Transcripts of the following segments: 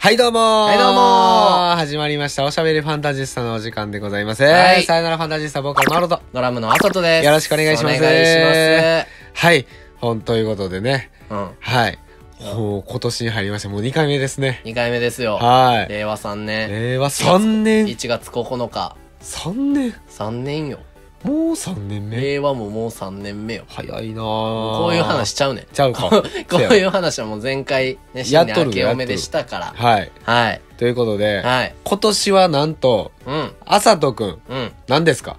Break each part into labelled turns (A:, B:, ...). A: はいどうもはい
B: どうも
A: 始まりましたおしゃべりファンタジスタのお時間でございます、
B: はい
A: さよならファンタジスタボーカルマロと
B: ドラムのあさとです。
A: よろしくお願いします
B: お願いし
A: はい本ということでね
B: ます。
A: はいもう今年に入りましたもう2回目ですね
B: うん。2回目ですよ。
A: はい
B: 令和3年。
A: 令和3年
B: 1月9日。
A: 3年
B: 3年よ。
A: もう3年目
B: 令和ももう3年目よ。
A: 早いなこ
B: こういう話しちゃうねん。
A: ちゃうか
B: こう
A: せや
B: いう話はもう前回、ね、
A: や
B: 新
A: っと
B: 年
A: る
B: 明けおめでしたから。
A: はい
B: はい。
A: ということで、
B: はい。
A: 今年はなんと
B: うん。
A: あさとくん
B: うん。
A: 何ですか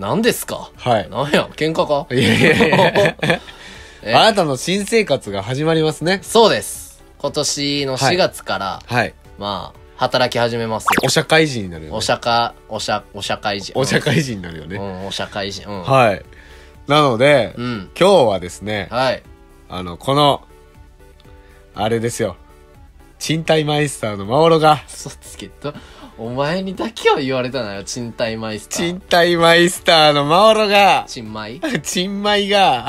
B: 何ですか
A: はい
B: なんや、喧嘩か
A: いやいやいや
B: え
A: あなたの新生活が始まりますね
B: そうです。今年の4月から、
A: はい
B: まあ、働き始めます
A: お
B: よ。
A: 社会人になるよね
B: お釈迦、お釈、お釈迦人。
A: お社会人になるよね、
B: うん、お社会人。うん。
A: はいなので、
B: うん。
A: 今日はですね
B: はい。
A: あのこのあれですよ賃貸マイスターのマオロが
B: 嘘つけと。お前にだけは言われたなよ、賃貸マイスター。
A: 賃貸マイスターのマオロが
B: 賃マイ
A: 賃米 が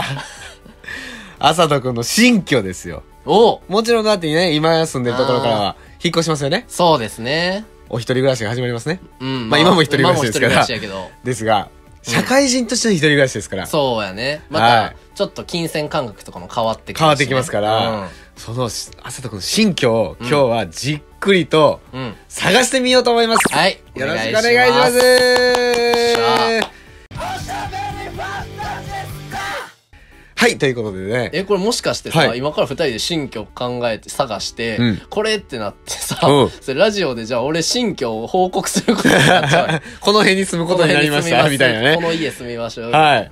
A: あさとくんの新居ですよ
B: おう
A: もちろんだってね今住んでるところからは引っ越しますよね
B: そうですね。
A: お一人暮らしが始まりますね
B: うん。
A: まあ今も一人暮らしですから
B: 今も一人暮らしやけ
A: ですが社会人としての一人暮らしですから、
B: ど。そうやね。ま
A: は
B: た
A: い、
B: ちょっと金銭感覚とかも変わってくるしね
A: 変わってきますから、そのあさとくんの新居を今日はじっくりと
B: うん。うん。
A: 探してみようと思います、
B: はい。
A: よろしくお願いします。はいということでね
B: え、これもしかしてさ、
A: はい
B: 今から二人で新居考えて、探して、
A: うん
B: これってなってさ、
A: うん
B: それラジオでじゃあ俺新居を報告することになっちゃうよ
A: この辺に住む ことになりまし
B: この
A: たみ
B: 辺に住
A: たい
B: み
A: な
B: こ
A: ね
B: の家住みましょう。
A: はい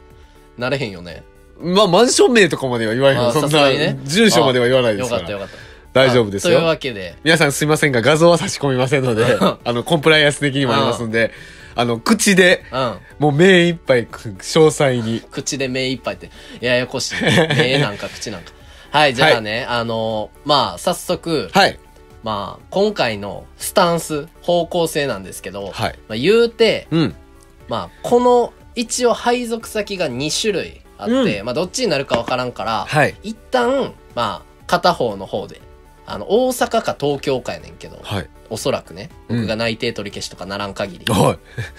B: なれへんよね。
A: まあマンション名とかまでは言わない
B: まあ
A: そん
B: さすがに
A: な
B: ね
A: 住所までは言わないで
B: よ
A: す
B: か
A: か
B: ったよ
A: ら
B: かった。
A: 大丈夫ですよ
B: というわけで、
A: 皆さんすいませんが画像は差し込みませんのであのコンプライアンス的にもありますんであの口で
B: うん。
A: もう目いっぱい詳細に
B: 口で目いっぱいって、ややこしいね。目なんか口なんか。はい、じゃあね、あのーまあ、早速、
A: はい
B: まあ、今回のスタンス、方向性なんですけど、
A: はい
B: まあ、言うて、
A: うん
B: まあ、この、一応配属先が2種類あって、
A: う
B: まあ、どっちになるかわからんから、
A: はい
B: 一旦、まあ、片方の方で、あの、大阪か東京かやねんけど、
A: はい
B: おそらくね、僕が内定取り消しとかならん 限り、
A: はい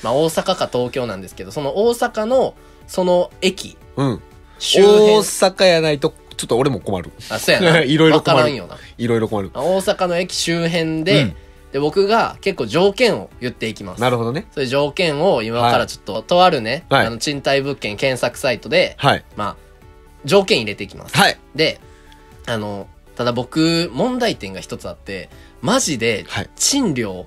B: まあ、大阪か東京なんですけど、その大阪の、その駅、
A: うん
B: 周辺
A: 大。阪やないとちょっと俺も困る
B: あ、そう やな。
A: いろいろ
B: わ
A: 困
B: か
A: る
B: らんよな。
A: いろいろ困る
B: まあ大阪の駅周辺で、
A: うん
B: で、僕が結構条件を言っていきます。
A: なるほどね
B: それ条件を今からちょっと、とあるね、
A: はい
B: あの、賃貸物件検索サイトで、
A: はい
B: まあ、条件入れていきます。
A: はい
B: で、あの、ただ僕、問題点が一つあって、マジで
A: はい、
B: 賃料、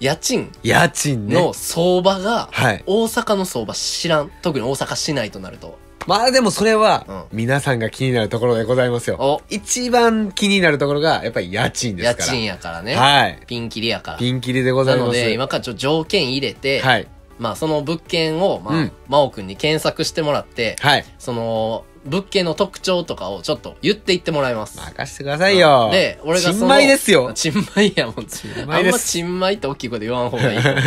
B: 家賃
A: 家賃ね
B: の相場が、
A: はい
B: 大阪の相場知らん。特に大阪市内となると。
A: まあでもそれは皆さんが気になるところでございますよ
B: お
A: 一番気になるところがやっぱり家賃です
B: 家
A: から
B: 賃やからね。
A: はい
B: ピンキリやから。
A: ピンキリでござ
B: ないの
A: ます
B: で、今からちょっと条件入れて、
A: はい
B: まあその物件を、まあ、
A: うん
B: 真央くんに検索してもらって、
A: はい
B: その物件の特徴とかをちょっと言っていってもらいます。
A: 任してくださいよ
B: で、俺がその。
A: 新米ですよ
B: ちんまいやもん、ちん
A: 新
B: まい。あ
A: 米
B: ん
A: で
B: ますちんまいって大きい声で言わん方がいいと思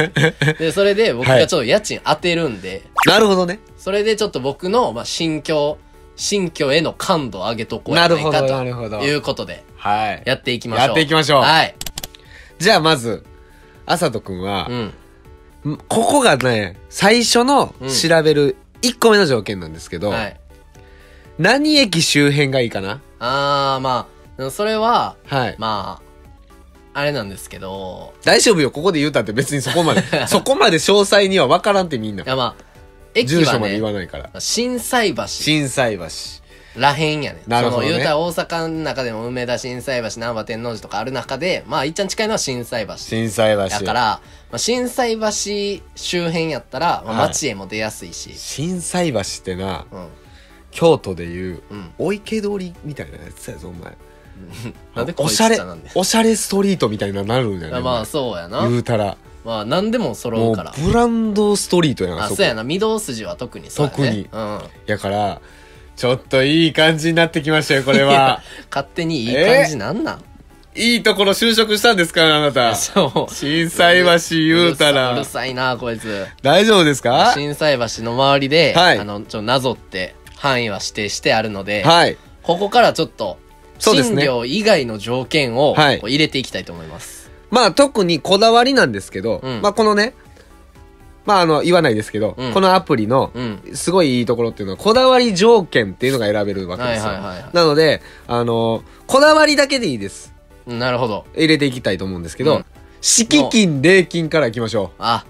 B: う。で、それで僕がちょっと家賃当てるんで、
A: なるほどね
B: それでちょっと僕の、まあ、心境、心境への感度を上げとこうやない
A: な
B: か
A: るほどなるほ
B: と
A: ど
B: いうことで、
A: はい
B: やっていきましょう。
A: やっていきましょう
B: はい。
A: じゃあまずあさとくんは
B: うん。
A: んここがね最初の
B: うん
A: 調べる1個目の条件なんですけど
B: はい。
A: 何駅周辺がいいかな
B: あー、まあ、それは、
A: はい
B: まあ、あれなんですけど、。
A: 大丈夫よ、ここで言うたって別にそこまで、そこまで詳細には分からんってみんない
B: やまあ、駅
A: 住
B: は
A: 所まで
B: ね
A: 言、わないから。
B: 震災橋
A: 震災橋。
B: らへんやねん。
A: なるほどね
B: その、言うたら大阪の中でも梅田震災橋、南波天王寺とかある中で、まあ、いっちゃん近いのは震災橋。
A: 震災橋。
B: だから、まあ、震災橋周辺やったら、まあ
A: はい
B: 街へも出やすいし、
A: 震災橋ってな、
B: うん。
A: 京都でいう、
B: うん。
A: お池通りみたいなやつやぞ、お前。
B: なんでこ
A: お
B: いつ
A: しゃれ
B: らなんで、。
A: おしゃれストリートみたいななるんやね。
B: まあ、そうや
A: お前
B: な。
A: 言うたら。
B: まあ、何でも揃
A: も
B: う
A: う
B: から。
A: ブランドストリートやな、
B: あ、
A: そ
B: そ
A: こ
B: う。やな。御堂筋は特にそうやね。
A: 特に
B: うん。
A: やから、ちょっといい感じになってきましたよ、これは。
B: 勝手にいい感じなんなん、
A: いいところ就職したんですから、あなた。
B: そう。
A: 震災橋言うた
B: うる
A: ら。
B: さいな、こいつ。
A: 大丈夫ですか
B: 震災橋の周りで、
A: はい
B: あの、ちょ、なぞって、範囲は指定してあるので、
A: はい。
B: ここからちょっと、
A: そうです
B: 賃
A: ね
B: 料以外の条件を、
A: はい
B: こう入れていきたいと思います。
A: まあ特にこだわりなんですけど、
B: うん
A: まあこのね、まああの言わないですけど、
B: うん
A: このアプリの
B: うん。
A: すごいいいところっていうのは、こだわり条件っていうのが選べるわけですよ。
B: はいはいはいはい
A: なので、あの、こだわりだけでいいです。
B: うんなるほど。
A: 入れていきたいと思うんですけど、
B: うん
A: 敷金、礼金からいきましょう。
B: あ、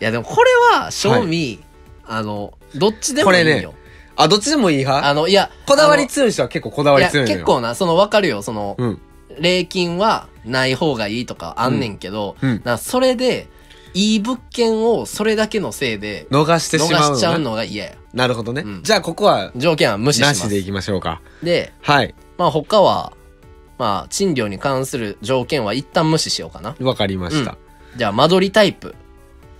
B: いやでもこれは、正味、あの、どっちでもいい
A: これ
B: よ
A: ね。あ、どっちでもいい
B: あ
A: 派
B: の、いや、
A: こだわり
B: あの
A: 強い人は結構こだわり
B: い
A: 強い
B: や
A: のよ
B: 結構な、その分かるよ、その、
A: うん。
B: 礼金はない方がいいとかあんねんけど、
A: うんうん
B: なそれで、いい物件をそれだけのせいで、
A: 逃して
B: 逃
A: しまうの、ね。
B: しちゃうのが嫌や。
A: なるほどね。
B: うん
A: じゃあここは、
B: 条件は無視しま
A: な
B: す。
A: しでいきましょうか。
B: で、
A: はい。
B: まあ他は、まあ賃料に関する条件は一旦無視しようかな。
A: わかりました。
B: うんじゃあ間取りタイプ。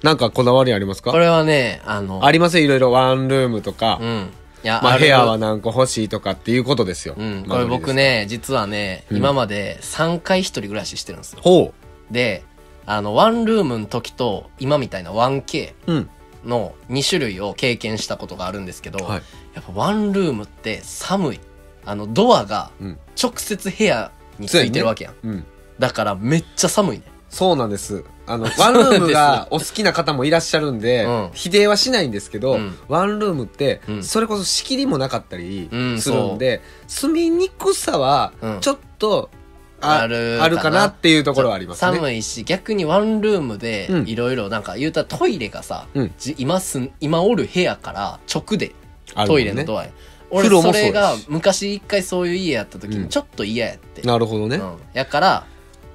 A: なんかこだわりあります
B: こ
A: か
B: れはね、あの、
A: ありますよいろいろワンルームとか、
B: うん。いや、
A: まあ
B: る
A: 部屋は何個欲しいとかっていうことですよ。
B: うん、こ
A: 間取
B: れ
A: り
B: 僕
A: です。
B: ね、実はね、
A: うん
B: 今まで3回一人暮らししてるんですよ。
A: ほ
B: で、あの、ワンルームの時と、今みたいな 1K
A: う。うん。
B: の2種類を経験したことがあるんですけど、
A: はい。
B: やっぱワンルームって寒い。あの、ドアが
A: うん。
B: 直接部屋についてるわけやん。
A: うん。
B: だからめっちゃ寒いね。
A: そうなんです。あの、
B: そ
A: ワ
B: う
A: ン
B: なんです
A: ルームがお好きな方もいらっしゃるんで、
B: うん
A: 否定はしないんですけど、
B: うん
A: ワンルームって
B: う、ん
A: それこそ仕切りもなかったり
B: うん
A: するんで、住みにくさは
B: う、ん
A: ちょっと、あ
B: あるかな
A: あるかなっていうところはありますね。
B: 寒いし、逆にワンルームで
A: う、ん
B: いろいろなんか言うたらトイレがさ、
A: うん
B: じ今すん、今おる部屋から直で
A: あるも
B: ト
A: ん
B: イ
A: ね
B: レのドアへ。俺
A: 風呂もそう
B: そ
A: やし
B: れが昔一回そういう家やった時
A: う
B: に
A: ん
B: ちょっと嫌やって。
A: なるほどね。
B: うんやから、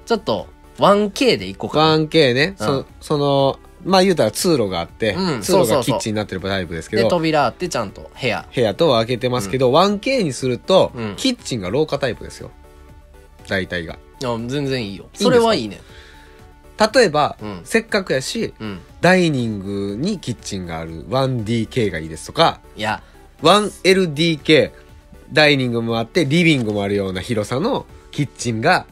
B: ちょっと 1K で行こうかな。
A: 1K ね、
B: うん
A: そそのまあ言うたら通路があって、
B: う
A: 通
B: ん
A: 路
B: そうそうそう
A: がキッチンになってるタイプですけど
B: で、扉あってちゃんと部屋。
A: 部屋とは開けてますけど、1K にすると、
B: うん
A: キッチンが廊下タイプですよ大体が
B: うん全然いいよ。
A: すか
B: それはいいね。
A: 例えば、
B: うん
A: せっかくやし
B: うん。
A: ダイニングにキッチンがある 1DK がいいですとか
B: いや、
A: 1LDK ダイニングもあってリビングもあるような広さのキッチンが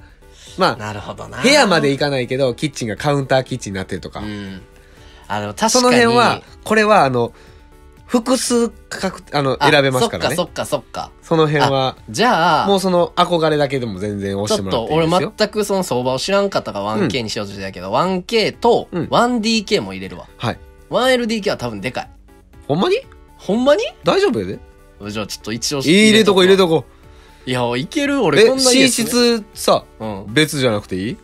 A: まあ
B: なるほどな。
A: 部屋まで行かないけどキッチンがカウンターキッチンになってるとか、
B: うん。あの、確かに。
A: その辺は、これは、あの、複数確あの、
B: あ
A: 選べますからね。
B: そ
A: そ
B: っかそっか
A: の
B: そっ
A: 辺
B: か。
A: は、
B: じゃあ、
A: もうその憧れだけでも全然
B: ち
A: 押して
B: ょっ
A: もら
B: と
A: っていい
B: 俺
A: ですよ。
B: 全くその相場を知らんかったから 1K にしようとしてたけど、1K と
A: うん
B: 1DK も入れるわ。
A: はい。
B: 1LDK は多分でかい。
A: ほんまに
B: ほんまに
A: 大丈夫やで
B: じゃあちょっと一応
A: 入れとこ入れ
B: と
A: とこ。
B: いや、いける俺
A: え、
B: こんな家
A: 寝
B: 住め
A: 室さ、
B: うん。
A: 別じゃなくていい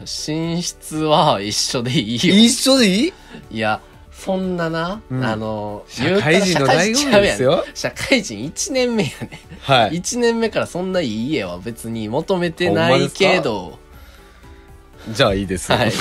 B: 寝室は一緒でいいよ。
A: 一緒でいい
B: いや、そんなな、
A: うん
B: あの、
A: 社会人の
B: 言うたら社会
A: 醍
B: 人
A: 醐
B: ちゃ
A: 味
B: う
A: で
B: やん
A: すよ。
B: 社会人1年目やね。
A: はい。
B: 1年目からそんないい家は別に求めて
A: ほ
B: なん
A: まで
B: い
A: すか
B: けど。
A: じゃあいいです。
B: はいはい。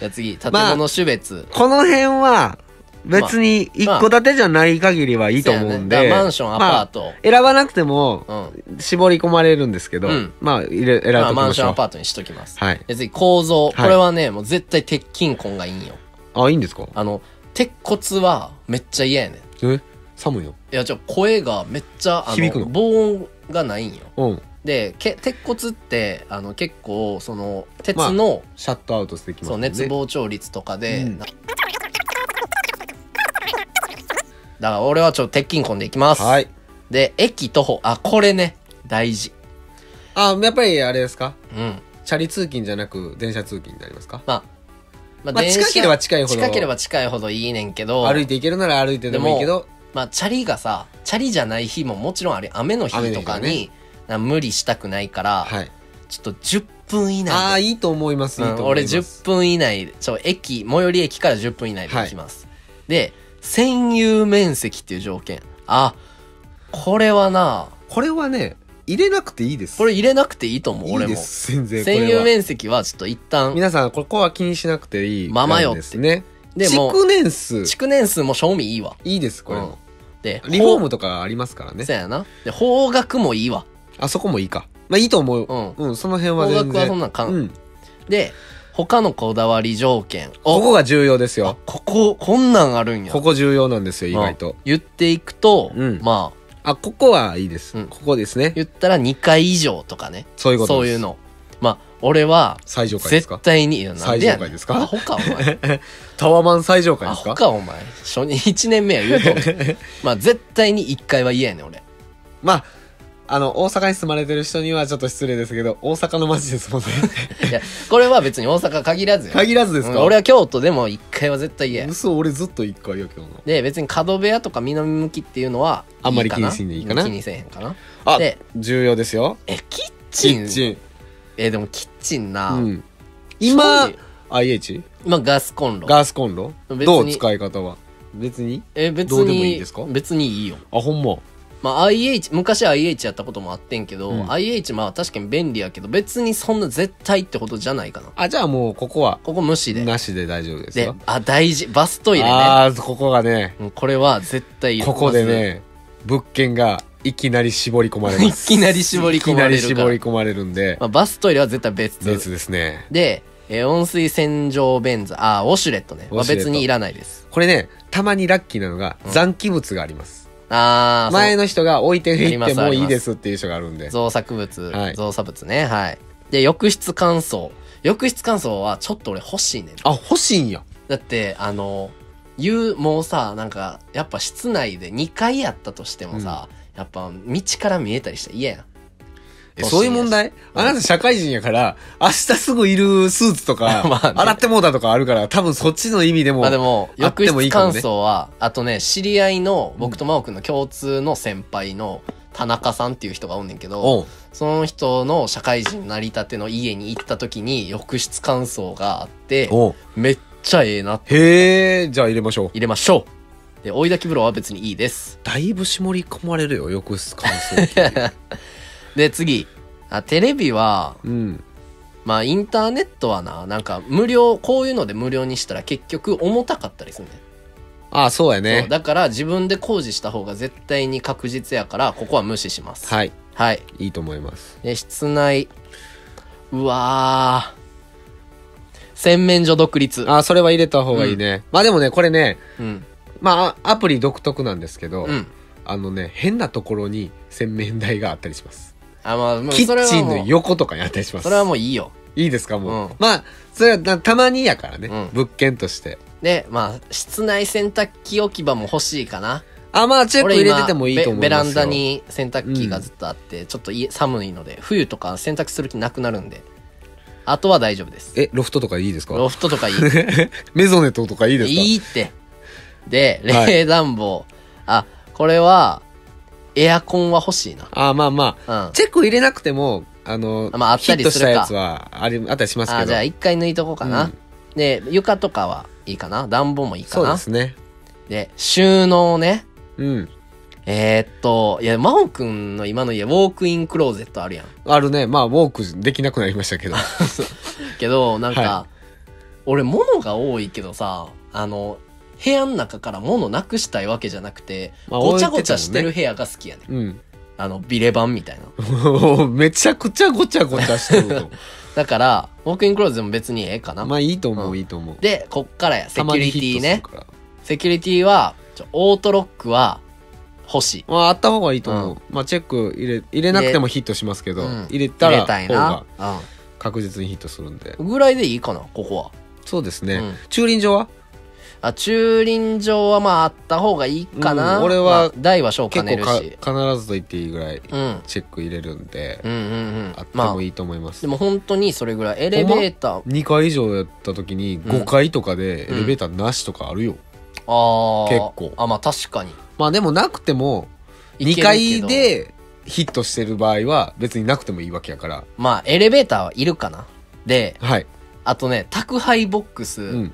B: じゃあ次、建物種別。
A: この辺は、別に一戸建てじゃない限りはいいと思うん
B: そうやね
A: で。
B: だからマンション、アパー
A: まあ
B: ト。
A: 選ばなくても、
B: うん。
A: 絞り込まれるんですけど
B: うん、
A: まあ、入れ選
B: まあ、
A: ぶ
B: マ
A: ま
B: ン
A: し
B: ション
A: ょ
B: ア
A: う
B: パートにしときます。
A: はい。
B: 別に構造、
A: い
B: これはね、もう絶対鉄筋婚がいいんよ。
A: あ、いいんですか
B: あの、鉄骨はめっちゃ嫌やねん。い
A: え寒いの
B: や、じゃあ声がめっちゃ、あ
A: 響く
B: の、
A: の
B: 防音がないんよ。
A: うん。
B: で、け鉄骨って、あの、結構、その、鉄
A: まあ
B: の、
A: シャットアウトできます
B: そう、
A: もんね。
B: 熱膨張率とかで、
A: うん
B: なだから俺はちょっと鉄筋婚でいきます。
A: はい。
B: で、駅徒歩。あ、これね、大事。
A: あ、やっぱりあれですか
B: うん。
A: チャリ通勤じゃなく電車通勤になりますか
B: まあ、ま
A: まあ、
B: 電車
A: 近ければ近いほど。
B: 近ければ近いほどいいねんけど、
A: 歩いて行けるなら歩いてでもいいけど、
B: まあ、チャリがさ、チャリじゃない日ももちろんあれ、雨の日とか
A: 雨の
B: に、な無理したくないから、
A: はい。
B: ちょっと10分以
A: ああ、
B: 内
A: いいと思います。
B: で、
A: いい
B: うん
A: と思
B: 俺
A: います。
B: 10分以内で、ちょ、駅、最寄り駅から10分以内で行きます。で、占有面積っていう条件。あ、これはな、
A: これはね、入れなくていいです。
B: これ入れなくていいと思う、
A: い
B: 俺
A: いで
B: も。
A: す。全然。こ
B: 占
A: れ
B: 有
A: は
B: 面積はちょっと一旦、
A: 皆さん、ここは気にしなくていい。
B: ままよって
A: ですね。
B: でも
A: 築年数。
B: 築年数も賞味いいわ。
A: いいです、これも。
B: で、
A: リフォームとかありますからね
B: そ。うやな。で、方角もいいわ。
A: あそこもいいか。まあ、いいと思う。
B: う
A: うん、その辺は
B: 方
A: 全
B: 角はそん
A: 然。
B: なんかん、
A: うん。
B: で、他のこだわり条件。
A: ここが重要です
B: あ
A: よ。
B: ここ、こんなんあるんや。
A: ここ重要なんですよ、意外
B: うん
A: と。
B: 言っていくと、
A: うん
B: まあ、
A: あ、ここはいいです。
B: うん
A: ここですね。
B: 言ったら2回以上とかね。
A: そういうこと
B: そう
A: です。
B: いうの。まあ、俺は、
A: 最上階です
B: 絶
A: か
B: 対に、いやなんでやねん
A: 最上階ですか
B: アホか、お前。
A: タワマン最上階
B: ア
A: です
B: ホ
A: か
B: か、お前。初任1年目や言うと。まあ、絶対に1回は嫌やねん、俺。
A: まあ、あの、大阪に住まれてる人にはちょっと失礼ですけど、大阪の街ですもん ね。
B: いや、これは別に大阪限らずよ。
A: 限らずです
B: うん
A: か、
B: 俺は京都でも一回は絶対言え。
A: 嘘、俺ずっと一回よ、今日の。
B: で、別に角部屋とか南向きっていうのは
A: あんまり
B: か
A: 気
B: な
A: にせんでいいかな
B: 気にせえへんかな。
A: あ
B: で、
A: 重要ですよ。
B: え、キッ
A: キ
B: チン
A: ッチン。
B: え、でもキッチンな。
A: うん。今
B: 正直、
A: IH?
B: まあガスコンロ。
A: ガスコンロ
B: 別に
A: どう使い方は別に
B: え、別に。
A: どうでもいいですか
B: 別にいいよ。
A: あ、ほんま。
B: まあ IH、昔 IH やったこともあってんけど、
A: うん
B: IH まあ確かに便利やけど、別にそんな絶対ってことじゃないかな。
A: あ、じゃあもう、ここは、
B: ここ無視で。
A: なしで大丈夫です
B: で
A: よ。、
B: あ、大事。バストイレね。
A: ああ、ここがね、
B: うんこれは絶対いる
A: ここで。ね、物件がいきなり絞り込まれます。
B: いきなり絞り込まれる
A: いきなり絞り込まれるんで
B: ま、あ、バストイレは絶対別。
A: 別ですね。
B: で、えー温水洗浄便座、あー、ウォシュレットね。ま
A: ウォ
B: あ、
A: シュレット
B: 別にいらないです。
A: これね、たまにラッキーなのが、残機物があります。
B: あー、
A: 前
B: の
A: の人が置いていっ
B: あり
A: て
B: ますあ
A: もう
B: り
A: い
B: ま
A: い
B: す
A: ですっていう人があるんで。
B: 造作物、
A: はい
B: 造作物ね。はい。で、浴室乾燥。浴室乾燥はちょっと俺欲しいねん。
A: あ、欲しいんや。
B: だって、あの、言う、もうさ、なんか、やっぱ室内で2階やったとしてもさ、やっぱ道から見えたりしたら嫌やん。
A: えそういう問題あなた社会人やから、明日すぐいるスーツとか
B: まあ、ね
A: 洗ってもうたとかあるから、多分そっちの意味でも。
B: まあでも、
A: あって
B: 浴
A: もいい
B: 室
A: かも
B: 乾
A: ね
B: 燥は、あとね、知り合いの、僕と真央くんの共通の先輩の、田中さんっていう人がおんねんけど、
A: うん。
B: その人の社会人なりたての家に行った時に浴室乾燥があって、
A: おう
B: めっちゃええな、
A: へえ、じゃあ入れましょう。
B: 入れましょう。で、追い炊き風呂は別にいいです。
A: だいぶ絞り込まれるよ、浴室乾燥機。
B: で、次。あテレビは、
A: うん。
B: まあインターネットはな、なんか無料、こういうので無料にしたら結局重たかったりするねん。
A: ああ、そうや
B: そう
A: ね。
B: だから自分で工事した方が絶対に確実やから、ここは無視します。
A: はい。
B: はい。
A: いいと思います。
B: で、室内。うわー。洗面所独立。
A: ああ、それは入れた方がいいね。まあでもね、これね、
B: うん。
A: まあ、アプリ独特なんですけど、
B: うん。
A: あのね、変なところに洗面台があったりします。
B: あ、まあ、もう
A: キ
B: それ
A: ッ
B: は
A: チン
B: もう
A: の横とかにあったりします。
B: それはもういいよ。
A: いいですか、もう。
B: うん
A: まあ、それはなたまにやからね、
B: うん
A: 物件として。
B: で、まあ、室内洗濯機置き場も欲しいかな。
A: あ、まあ、チェック
B: 俺
A: 入
B: 今
A: れててもいいと思
B: ベ
A: い
B: ベ
A: ま
B: ラ
A: すよ。
B: ンダ。に洗濯機がずっとあって、ちょっと家寒いので、冬とか洗濯する気なくなるんで。あとは大丈夫です。
A: え、ロフトとかいいです
B: ロ
A: か
B: フトとかいい。
A: メゾネットとかいいですか
B: いいって。で、
A: はい
B: 冷暖房。あ、これは、エアコンは欲しいな。
A: あーまあま
B: うん。
A: あ、チェック入れなくても、あの、
B: まああったり
A: ヒットしたや
B: す
A: つ
B: る
A: はありあったりしますけど。
B: あ、じゃあ一回抜いとこうか
A: う
B: な。
A: ん
B: で、床とかはいいかな。暖房もいいか
A: そう
B: な
A: で。すね。
B: で収納ね。
A: うん。
B: えーっと、いや、真央くんの今の家、ウォークインクローゼットあるやん。
A: あるね。まあ、ウォークできなくなりました けど。
B: けど、なんか、
A: は
B: 俺、物が多いけどさ、あの、部屋の中から物なくしたいわけじゃなくて、
A: まあ
B: ごちゃごちゃして
A: 置
B: る
A: い
B: 部屋が好きやねん。
A: うん。
B: あの、ビレ版みたいな。
A: もうめちゃくちゃごちゃごちゃしてる
B: だから、ウォークインクローゼットも別にええかな。
A: と。まあ、いいと思う、
B: うん
A: いいと思う。
B: で、こっからや、セキュリティ
A: た。まにヒッ
B: ね
A: トするから。
B: セキュリティは、ちょオートロックは欲しい。
A: まあ、あった方がいいと思う。まあ、チェック入れ、入れなくてもヒットしますけど、
B: うん
A: 入れたら、
B: 入れたいな
A: が。確実にヒットするんで
B: う。ん。ぐらいでいいかな、ここは。
A: そうですね。
B: うん
A: 駐輪場は
B: あ、駐輪場はまああった方がいいかな。
A: うん俺は
B: まあ台は小兼
A: 結
B: ね
A: 構
B: る
A: か
B: し。
A: 必ずと言っていいぐらい
B: うん。
A: チェック入れるんで、
B: うんうんうん
A: あって
B: まあ
A: もいいと思います、
B: でも本当にそれぐらいエレベーター
A: 2階以上やった時に5階とかでエレベーターなしとかあるよ、
B: ああ
A: 結構
B: あまあ確かに
A: まあでもなくても
B: い
A: 2
B: けるけ
A: 階
B: ど
A: でヒットしてる場合は別になくてもいいわけやから
B: まあエレベーターはいるかなで
A: はい、
B: あとね宅配ボックス、
A: うん、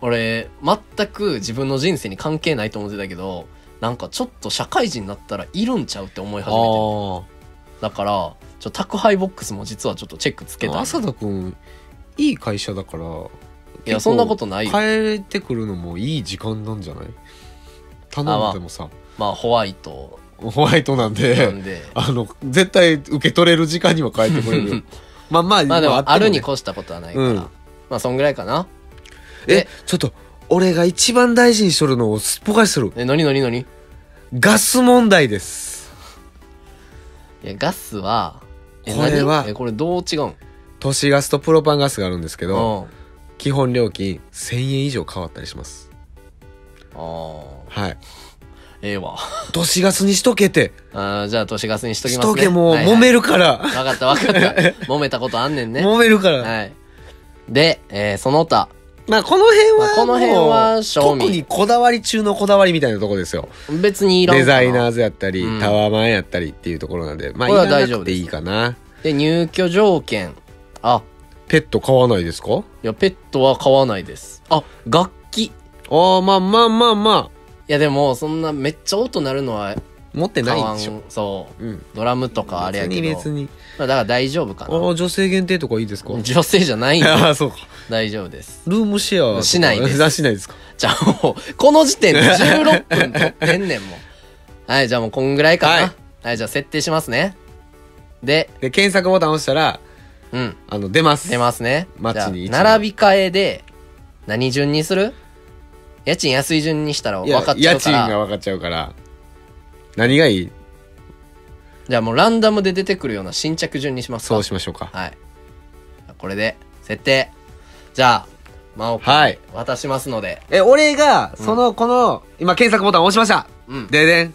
B: 俺全く自分の人生に関係ないと思ってたけどなんかちょっと社会人になったらいるんちゃうって思い
A: あ
B: 始めてだからちょ宅配ボックスも実はちょっとチェックつけ
A: ー
B: たい
A: 浅田君いい会社だから
B: いやそんなことないよ
A: 帰ってくるのもいい時間なんじゃない頼んでもさ
B: まあホワイト
A: ホワイトなん
B: な
A: で
B: んで
A: あの絶対受け取れる時間には帰ってくれるよ まあまあ
B: まあで
A: ま
B: もあ
A: って
B: る
A: ね
B: に越したことはないから、
A: うん
B: まあそんぐらいかな
A: え
B: え
A: ちょっと俺が一番大事にしとるのをすっぽかしとる
B: え何何何い
A: ガス問題です
B: やガスはえ
A: これは
B: 何えこれどう違うん
A: 都市ガスとプロパンガスがあるんですけど
B: うん
A: 基本料金1000円以上変わったりします
B: あ
A: はい
B: あええわ。
A: 都市ガスにしとけて。
B: あーじゃあ、都市ガスにしとき
A: し
B: ますね。
A: とけもう
B: はいはい
A: 揉めるから。
B: わかったわかった。 揉めたことあんねんね。
A: 揉めるから。
B: はい。で、えーその他。
A: まあこの辺は
B: まあこの辺は賞
A: もう
B: 味
A: 特にこだわり中のこだわりみたいなとこですよ。
B: 別にいらんか
A: デ
B: な
A: ザイナーズやったり、
B: うん
A: タワーマンやったりっていうところなんで、まあ
B: これは
A: ら
B: 大
A: な
B: 丈夫
A: くて
B: です
A: いいかな。
B: で、入居条件。あ、
A: ペット飼わないですか
B: いや、ペットは飼わないです。あ、楽器。い
A: ああ、まあまあまあま
B: や、でも、そんな、めっちゃ音鳴るのは、
A: あ。持って
B: 飼
A: ない
B: わ
A: でしょ。
B: ん。そう。
A: うん。
B: ドラムとかあれやけど。
A: 別に別に。
B: まあ、だから大丈夫か
A: ああ、女性限定とかいいですか
B: な。女性じゃないん で
A: ああ、そうか。
B: 大丈夫です。
A: ルームシェアとか
B: しないで す
A: あしないですか。
B: じゃあもう、この時点で16分撮ってんねんもん。はい、じゃあもうこんぐらいかな。は
A: はいい、
B: じゃあ設定しますね。で、
A: で、検索ボタン押したら、
B: うん、
A: あの、出ます。
B: 出ますね。
A: 街に
B: じ
A: 一
B: ゃ
A: 枚
B: あ並び替えで、何順にする家賃安い順にしたら
A: い
B: 分
A: や
B: かっちゃ
A: 家
B: うか
A: 賃が
B: ら。
A: 分かっちゃうから。何がいい
B: じゃあもうランダムで出てくるような新着順にしますか。
A: そうしましょうか。
B: はい。これで、設定。じゃあ、真央君
A: はい
B: に渡しますので。
A: え、俺が、その、この、今検索ボタン押しました。
B: うん。
A: ででん。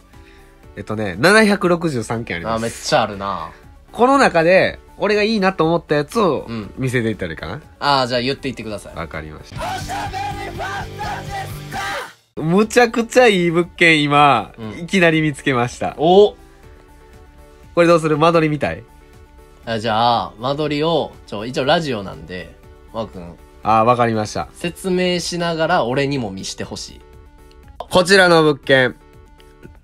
A: えっとね、763件あり
B: あ
A: ま
B: ー、めっ
A: す。
B: ちゃあるな。
A: この中で、俺がいいなと思ったやつを
B: うん
A: 見せていったらいいかな。
B: ああ、じゃあ言っていってください。
A: わ、かりました。むちゃくちゃいい物件今、
B: うん
A: いきなり見つけました。
B: お
A: これどうする間取りみたい
B: あじゃあ、間取りを、ちょ、一応ラジオなんで、マー君、
A: ああ、わかりました。
B: 説明しながら俺にも見してほしい。
A: こちらの物件。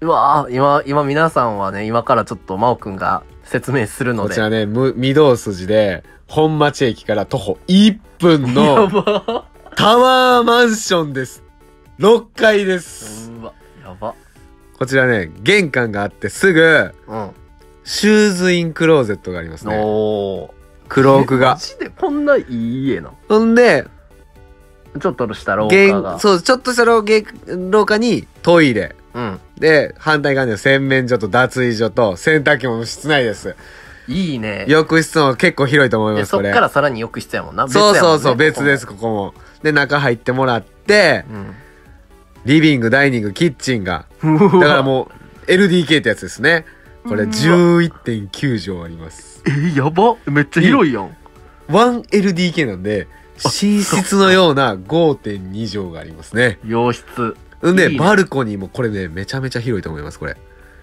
B: うわー今、今皆さんはね、今からちょっと真央くんが説明するの
A: こ
B: で。
A: ちらね、む御堂筋で、本町駅から徒歩1分
B: や
A: の
B: ば。
A: タワーマンションです。6階です。
B: うわ、やば。
A: こちらね、玄関があってすぐ、
B: うん。
A: シューズインクローゼットがありますね。
B: おー。
A: 黒奥
B: え
A: が
B: マ。ジでこんないい家な。
A: ほんで、
B: ちょっとした廊下
A: 玄
B: が。
A: そう、ちょっとした廊下廊下にトイレ。
B: うん。
A: で、反対側には洗面所と脱衣所と洗濯機も室内です。
B: いいね。
A: 浴室も結構広いと思い
B: で
A: ます、
B: そ
A: こ
B: っ
A: れ。
B: からさらに浴室やもんな。
A: そうそうそう、別
B: 別やもんね
A: です、。ここも。で、中入ってもらって
B: こ、こも
A: リビング、ダイニング、キッチンが。
B: うん。
A: だ
B: だ
A: からもう、LDK ってやつですね。これ
B: うわ
A: 11.9畳あります。
B: えー、やばめっちゃ広いやん。
A: 1LDK なんで、寝室のような5.2畳がありますね。
B: 洋室。
A: んで、
B: いいね
A: バルコニーもこれね、めちゃめちゃ広いと思います、これ。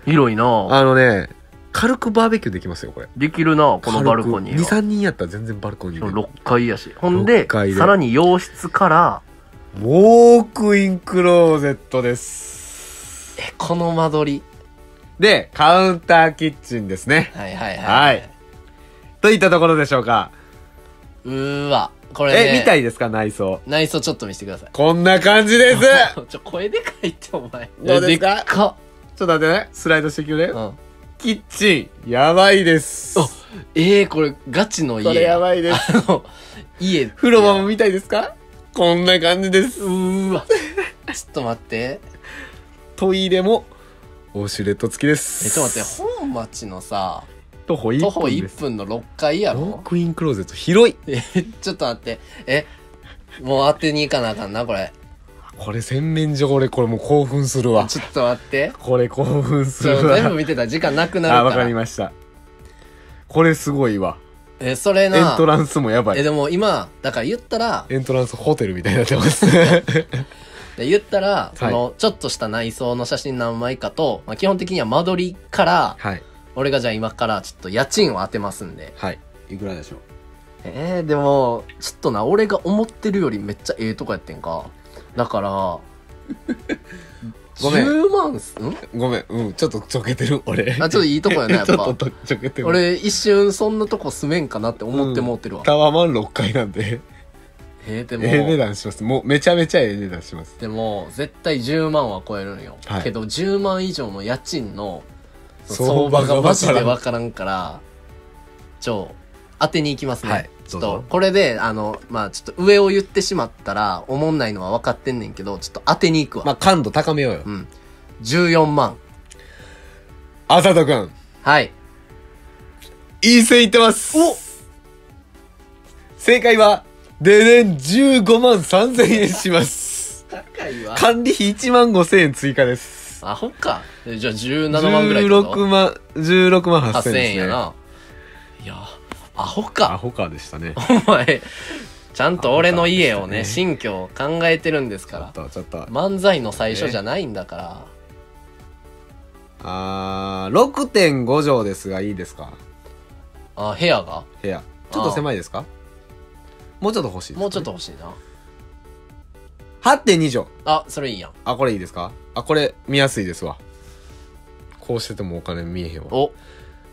B: 広いな
A: あのね、軽くバーベキューできますよ、これ。
B: できるなこのバルコニーは。
A: 2、3人やったら全然バルコニーで。ウ
B: 6階やし。ほんで
A: 六、階で
B: さらに洋室から、
A: ォークインクローゼットです。
B: え、この間取り。
A: で、カウンターキッチンですね。
B: はいはいは。
A: はいい。といったところでしょうか。
B: うーわ。これね。
A: え、見たいですか、内装。
B: 内装ちょっと見せてください。
A: こんな感じです。
B: ちょ、声でかいってお前。
A: どうですか
B: えでっか。
A: ちょっと待ってね、スライドしてくれ
B: う。ん。
A: キッチン、やばいです。
B: あえー、これガチの家。
A: これやばいです。
B: あの、家。
A: 風呂場も見たいですかこんな感じです
B: う。ーわ。ちょっと待って。
A: トイレも、ウォシュレット付きで
B: え、
A: す。
B: ちょっと待って、本町のさ、
A: 徒歩1
B: 徒歩
A: 分で
B: 1
A: す。
B: 分の6階や
A: ロ
B: ろ
A: ックインクローゼット広い。
B: え、ちょっと待って。え、もう当てに行かなあかんな、これ。
A: これ洗面所、俺これもう興奮するわ。
B: ちょっと待って。
A: これ興奮す
B: ちょ
A: る
B: 全部
A: わ。
B: 見てたら時間なくな
A: あ、
B: る
A: わ
B: か。
A: からりました。これすごいわ。
B: え、それ
A: エン
B: な
A: ト。ランスもやば
B: え、
A: い。
B: でも今、だから言ったら、
A: エントランスホテルみたいになって ます。
B: で言ったら、その、ちょっとした内装の写真何枚かと、まあ、基本的には間取りから、
A: はい。
B: 俺がじゃあ今からちょっと家賃を当てますんで。
A: はい。いくらでしょう
B: えー、でも、ちょっとな、俺が思ってるよりめっちゃええとこやってんか。だから、
A: ごめん
B: 10万っす、ん
A: ごめん、うん、ちょっとちょけてる、俺。
B: あ、ちょっといいとこやな、や っ
A: ちょ
B: ぱ
A: っ。とちょけてる。、
B: 俺一瞬そんなとこ住めんかなって思ってもうてるわ。
A: タワマン6階なんで、
B: えー、で
A: え
B: も、
A: え値段します。もう、めちゃめちゃええ値段します。
B: でも、絶対10万は超えるんよ。
A: はい
B: けど、10万以上の家賃の相
A: 相
B: 場
A: 場
B: が
A: が
B: マジで
A: わからん
B: わからんから、ちょ、当てに行きますね。
A: はい
B: ちょっ
A: どう
B: と
A: ぞ、
B: これで、あの、まあちょっと上を言ってしまったら、おもんないのは分かってんねんけど、ちょっと当てに行くわ。
A: まあ、感度高めようよ
B: う。ん。14万。
A: あさとくん、
B: はい。
A: いい線いってます
B: お
A: 正解は、ででん15万3000円します。
B: 高いわ
A: 管理費1万5000円追加です。です。
B: アホか。えじゃあ17万ぐらいってこと
A: 16万、16万8000円
B: 8000
A: です、
B: 円
A: ね。
B: やな。いや、アホ
A: ア
B: か。
A: ホかでしたね。
B: お前、ちゃんと俺の家を
A: アホか
B: ね、
A: でし
B: 新居を考えてるんです
A: ちょ
B: か
A: っと、ちょっと
B: ら。。漫才の最初じゃないんだから。
A: あー、6.5畳ですが、いいですか
B: あ、部屋が
A: 部屋。ちょっと狭いですかもうちょっと欲しいです、
B: もうちょっと。欲しいな。
A: 8.2畳。
B: あ、それいいやん。
A: あ、これいいですかあ、これ見やすいですわ。こうしててもお金見えへんわ。
B: お、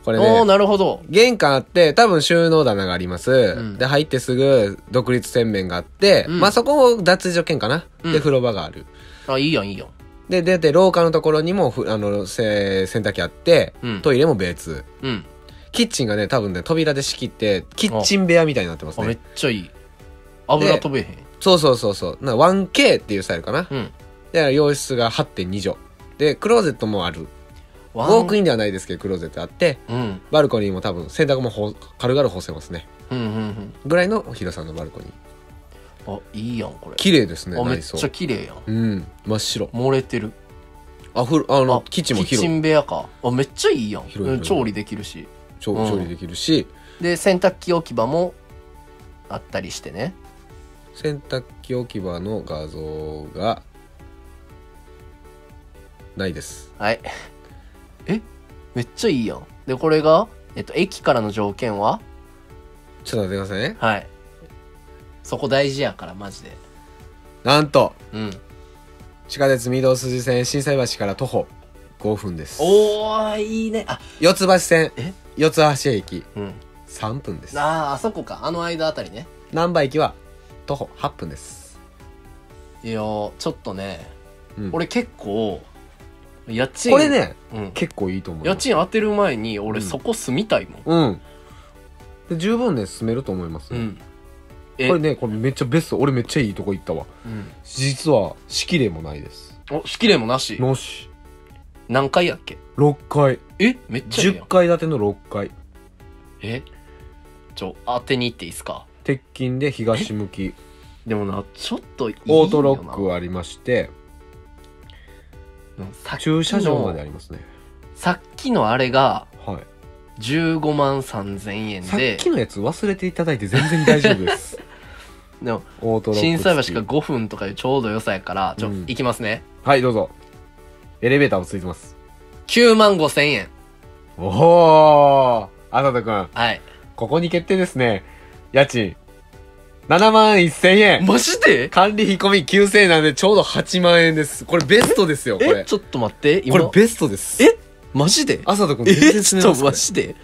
A: これ
B: おー
A: ね、
B: なるほど。
A: 玄関あって、多分収納棚があります。
B: ん
A: で、入ってすぐ独立洗面があって、
B: うん
A: まあそこも脱衣所兼かな。
B: うん
A: で、風呂場がある。
B: あ、いいやん、いいやん。
A: で、出て廊下のところにもふあのせ洗濯機あって、
B: うん
A: トイレも別。
B: うん。
A: キッチンがね、多分ね、扉で仕切って、キッチン部屋みたいになってます
B: あ、め
A: ね
B: っ。ちゃいい。油飛べへん。
A: そうそうそうそう。な 1K っていうスタイルかな。
B: うん。
A: で、洋室が8.2畳。で、クローゼットもある。ウ
B: ワ
A: ォークインではないですけど、クローゼットあって、
B: うん。
A: バルコニーも多分、洗濯もほ軽々干せますね。
B: うんうんうん。
A: ぐらいの広さのバルコニー。
B: あ、いいやん、これ。
A: 綺麗ですね、
B: あ、めっ
A: 内装
B: ち。ゃ綺麗やん。
A: うん、真っ白。
B: 漏れてる。
A: あ、ふあの
B: あ、
A: 基地も
B: キッ
A: 広
B: チ
A: い。
B: ン部屋か。あ、めっちゃいいやん。
A: 広い
B: うん調理できるし。
A: 調
B: うん
A: 調理できるし、
B: で、洗濯機置き場もあったりしてね。
A: 洗濯機置き場の画像が、ないです。
B: はい。えめっちゃいいやん。で、これが、えっと、駅からの条件は
A: ちょっと待ってくださいね。
B: はい。そこ大事やから、マジで。
A: なんと、
B: うん。
A: 地下鉄御堂筋線、震災橋から徒歩5分です。
B: おー、いいね。あ、
A: 四つ橋線
B: え、
A: 四つ橋駅
B: うん。
A: 3分です。
B: あー、あそこか。あの間あたりね。
A: 難波駅は徒歩8分です。
B: いやー、ちょっとね、
A: うん
B: 俺結構、家賃。
A: これ、ね、
B: うん。
A: 結構いいと思い
B: 家
A: ます。
B: 賃当てる前に、俺
A: うん
B: そこ住みたいもん。
A: うん。で十分ね、進めると思います、
B: う
A: ね
B: ん。え
A: これね、これめっちゃベスト。俺めっちゃいいとこ行ったわ。
B: うん。
A: 実は、敷例もないです。
B: お、敷例もなし。
A: のし。
B: 何階やっけ
A: 6階。
B: えめっちゃいいや
A: 10
B: ん。
A: 階建ての6階。
B: えちょ、当てに行っていいっすか
A: 鉄筋で東向き。
B: でもな、ちょっといいよな
A: オートロックありまして、
B: うんさっきの
A: 駐車場までありますね。
B: さっきのあれが
A: はい。
B: 15万3000円
A: さっ
B: で
A: きのやつ忘れていただいて全然大丈夫 です。
B: でも
A: オートロック付
B: 心
A: き。
B: 斎橋が5分とかでちょうど良さやからちょ、
A: うん
B: 行きますね
A: はい、どうぞ。エレベーターもついてます。
B: 9万5000円
A: おおあなたくん、
B: はい
A: ここに決定ですね。家賃、7万1000円。
B: マジで
A: 管理費込み9000円なんでちょうど8万円です。これベストですよ、こ
B: え
A: れ。
B: ちょっと待って
A: こ
B: 今
A: れベストです。
B: えマジで
A: あさとくん
B: え
A: 全然
B: ち
A: 住
B: ょっ
A: めま
B: と
A: すこ
B: マ
A: れ。
B: ジで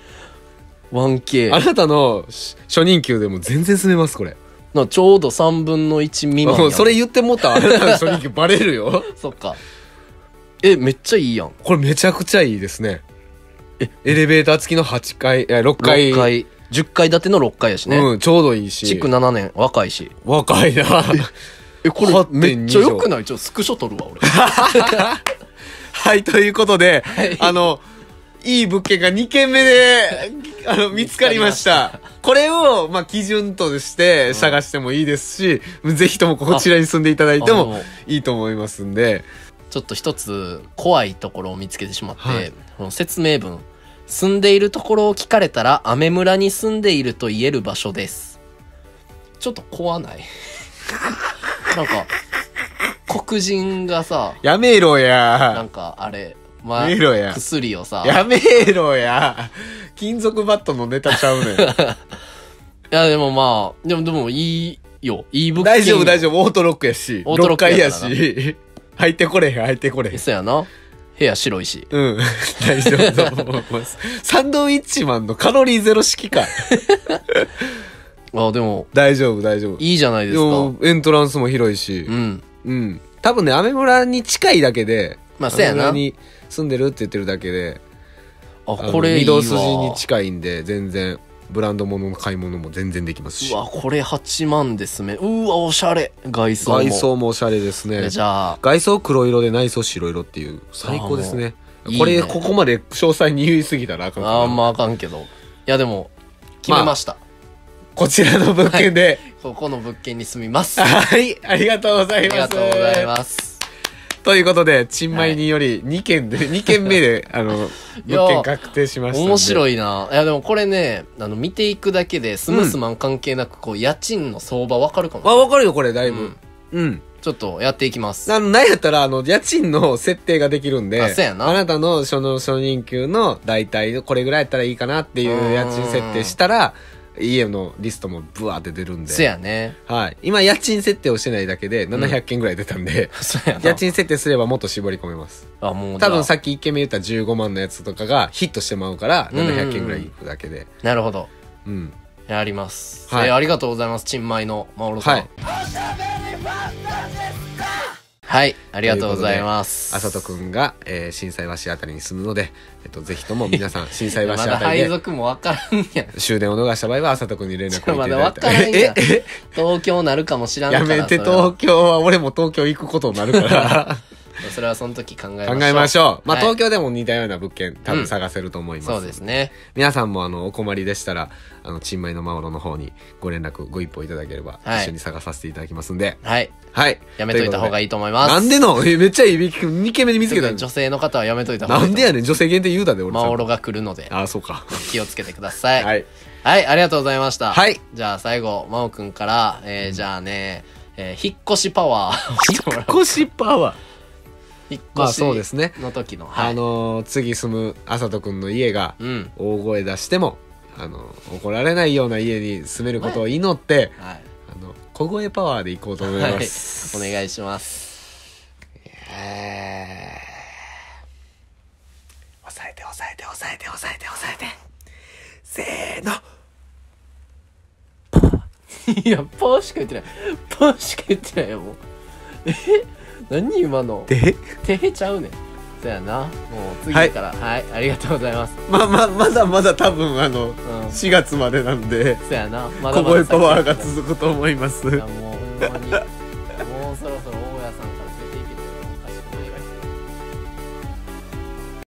B: 1K
A: あなたのし初任給でも全然住めます、これ。
B: なちょうど3分の1未満や
A: も
B: ん
A: うそれ言ってもったらあなたの初任給バレる よ。
B: そっかえめっちゃいいやん
A: これめちゃくちゃいいですね。エレベーター付きの8階、え6階。
B: 6階10階建ての6階やしね、
A: うん、ちょうどいいし
B: 築。7年若いし
A: 若いな。
B: えこれ
A: 8.2
B: めっちゃ良くないちょっとスクショ撮るわ俺
A: はい、ということで、
B: い
A: あの、いい物件が2軒目で、あ の、見つかりました。これを、まあ、基準として探してもいいですし、ぜひともこちらに住んでいただいて
B: あ
A: も
B: あの
A: いいと思いますんで、
B: ちょっと一つ怖いところを見つけてしまって、
A: はい
B: この説明文住んでいるところを聞かれたらアメ村に住んでいると言える場所ですちょっと怖ない なんか黒人がさ
A: やめろ
B: な
A: や
B: ん。かあれ、ま
A: 見ろや
B: 薬をさ
A: やめろや。金属バットのネタちゃう ねん。
B: いやでもまあでもでもいいよいい物件
A: 大丈夫大丈夫、オートロックやし、
B: オートロッ
A: 6
B: ク
A: 階
B: や
A: や
B: からな
A: し、入ってこれへん、入ってこれへん。
B: そうやな部屋白いし
A: うん。大丈夫だと思います。サンドウィッチマンのカロリーゼロ式か。
B: あでも
A: 大丈夫、大丈夫。
B: いいじゃないですか
A: もエントランスも広いし
B: う、ん
A: うん。多分ね、アメ村に近いだけで、
B: まあそうやな
A: アメ村に住んでるって言ってるだけで、
B: あ
A: あの
B: これいいわ
A: 御堂筋に近いんで、全然、ブランド物の買い物も全然できますし
B: う。わこれ8万ですねうわおしゃれ外装も
A: 外装もおしゃれですね
B: え。じゃあ
A: 外装黒色で内装白色っていう、最高ですね。
B: あもう
A: こ
B: いい
A: れ
B: ね
A: ここまで詳細に言いすぎたらあかんから
B: あんまあかんけどいやでも決めました、
A: こちらの物件で、
B: ここの物件に住みますあ
A: はい、ありがとうござい
B: り
A: ます。
B: がとうございます
A: ということで、チンマイにより2件で、2件目で、あの、
B: いや
A: 物件確定しましたんで。
B: 面
A: い。
B: 白いな。いや、でもこれね、あの、見ていくだけで、スムースマン関係なく、こう、家賃の相場わかるかもし
A: あ、わかるよ、これ、だい
B: れない。う
A: ぶ
B: ん。
A: うん。
B: ちょっとやっていきます。
A: あの、なんやったら、あの、家賃の設定ができるんで、
B: あそうやな
A: あなたのその初任給の大体これぐらいやったらいいかなっていう家賃設定したら、家のリストもブワーって出るん
B: そ
A: で。
B: やね。
A: はい。今、家賃設定をしてないだけで、700件ぐらい出たんで、
B: そやな。
A: 家賃設定すればもっと絞り込めます。
B: あ、もう、
A: 多分
B: じゃ
A: さっき1件目言った15万のやつとかがヒットしてまうから、
B: うんうんうん
A: 700件ぐらいいくだけで。
B: あなるほど。
A: うん。
B: やります。
A: はい
B: えーありがとうございます。チンマイのマオロさん。
A: はい
B: はい、ありがとうございます。
A: あさとくんが、えー、震災橋あたりに住むので、えっと、ぜひ とも皆さん、震災橋
B: ま
A: あ
B: だ
A: たり
B: 配
A: で
B: 属もわから んやん。
A: 終電を逃した場合は、あさとくんに連絡をいただい
B: ま
A: て。。
B: だわからんやん
A: え、
B: 東京なるかもしら
A: え、
B: んか
A: や
B: ら。
A: めて、
B: それは
A: 東京は、俺も東京行くことになるから、
B: それはその時考えましょう。
A: 考えましょう。まあ、
B: はい
A: 東京でも似たような物件、多
B: うん
A: 分探せると思います。
B: そうですね。
A: 皆さんもあのお困りでしたらあのチンマイのマオロの方にご連絡ご一報いただければ、
B: はい
A: 一緒に探させていただきますんで
B: はい。
A: はい
B: やめといた方が
A: いい
B: いいと思い
A: こ
B: ま
A: と
B: す。
A: でなんでのえめっちゃいい響き君2件目に見つけた
B: 女性の方はやめといた方がいい
A: な
B: と
A: ん
B: 思
A: で
B: います。
A: やねん女性限定言うだで俺
B: マオロが来るので、
A: ああそうか
B: 気をつけてください。
A: は
B: はい。
A: い
B: ありがとうございました。
A: はい。
B: じゃあ最後、マオくんから、えー、じゃあね、えー、引っ越しパワーをしてもらおう。
A: 腰パワー
B: 引っ
A: まあ
B: 越し
A: そうですね
B: の時の。はい。
A: あのー次住むあさとくんの家が
B: うん。
A: 大声出してもあの怒られないような家に住めることを祈って
B: はい。
A: あの小声パワーで行こうと思い
B: はい
A: ま、す
B: お願いします。
A: えー抑えて抑えて抑えて抑えて抑えてせーの
B: いや、ポーしか言ってない。ポーしか言ってないよ、もう。え何今の。
A: で
B: てへちゃうねん。そやな。もう次から、はい、ありがとうございます。
A: まあまあまだまだ多分あの
B: うん。
A: 4月までなんで
B: そやな。ま
A: 小声パワーが
B: く。
A: 続くと思います
B: いやもうほんまに、もうそろそろ大家さんから出ていけてもおかしくない。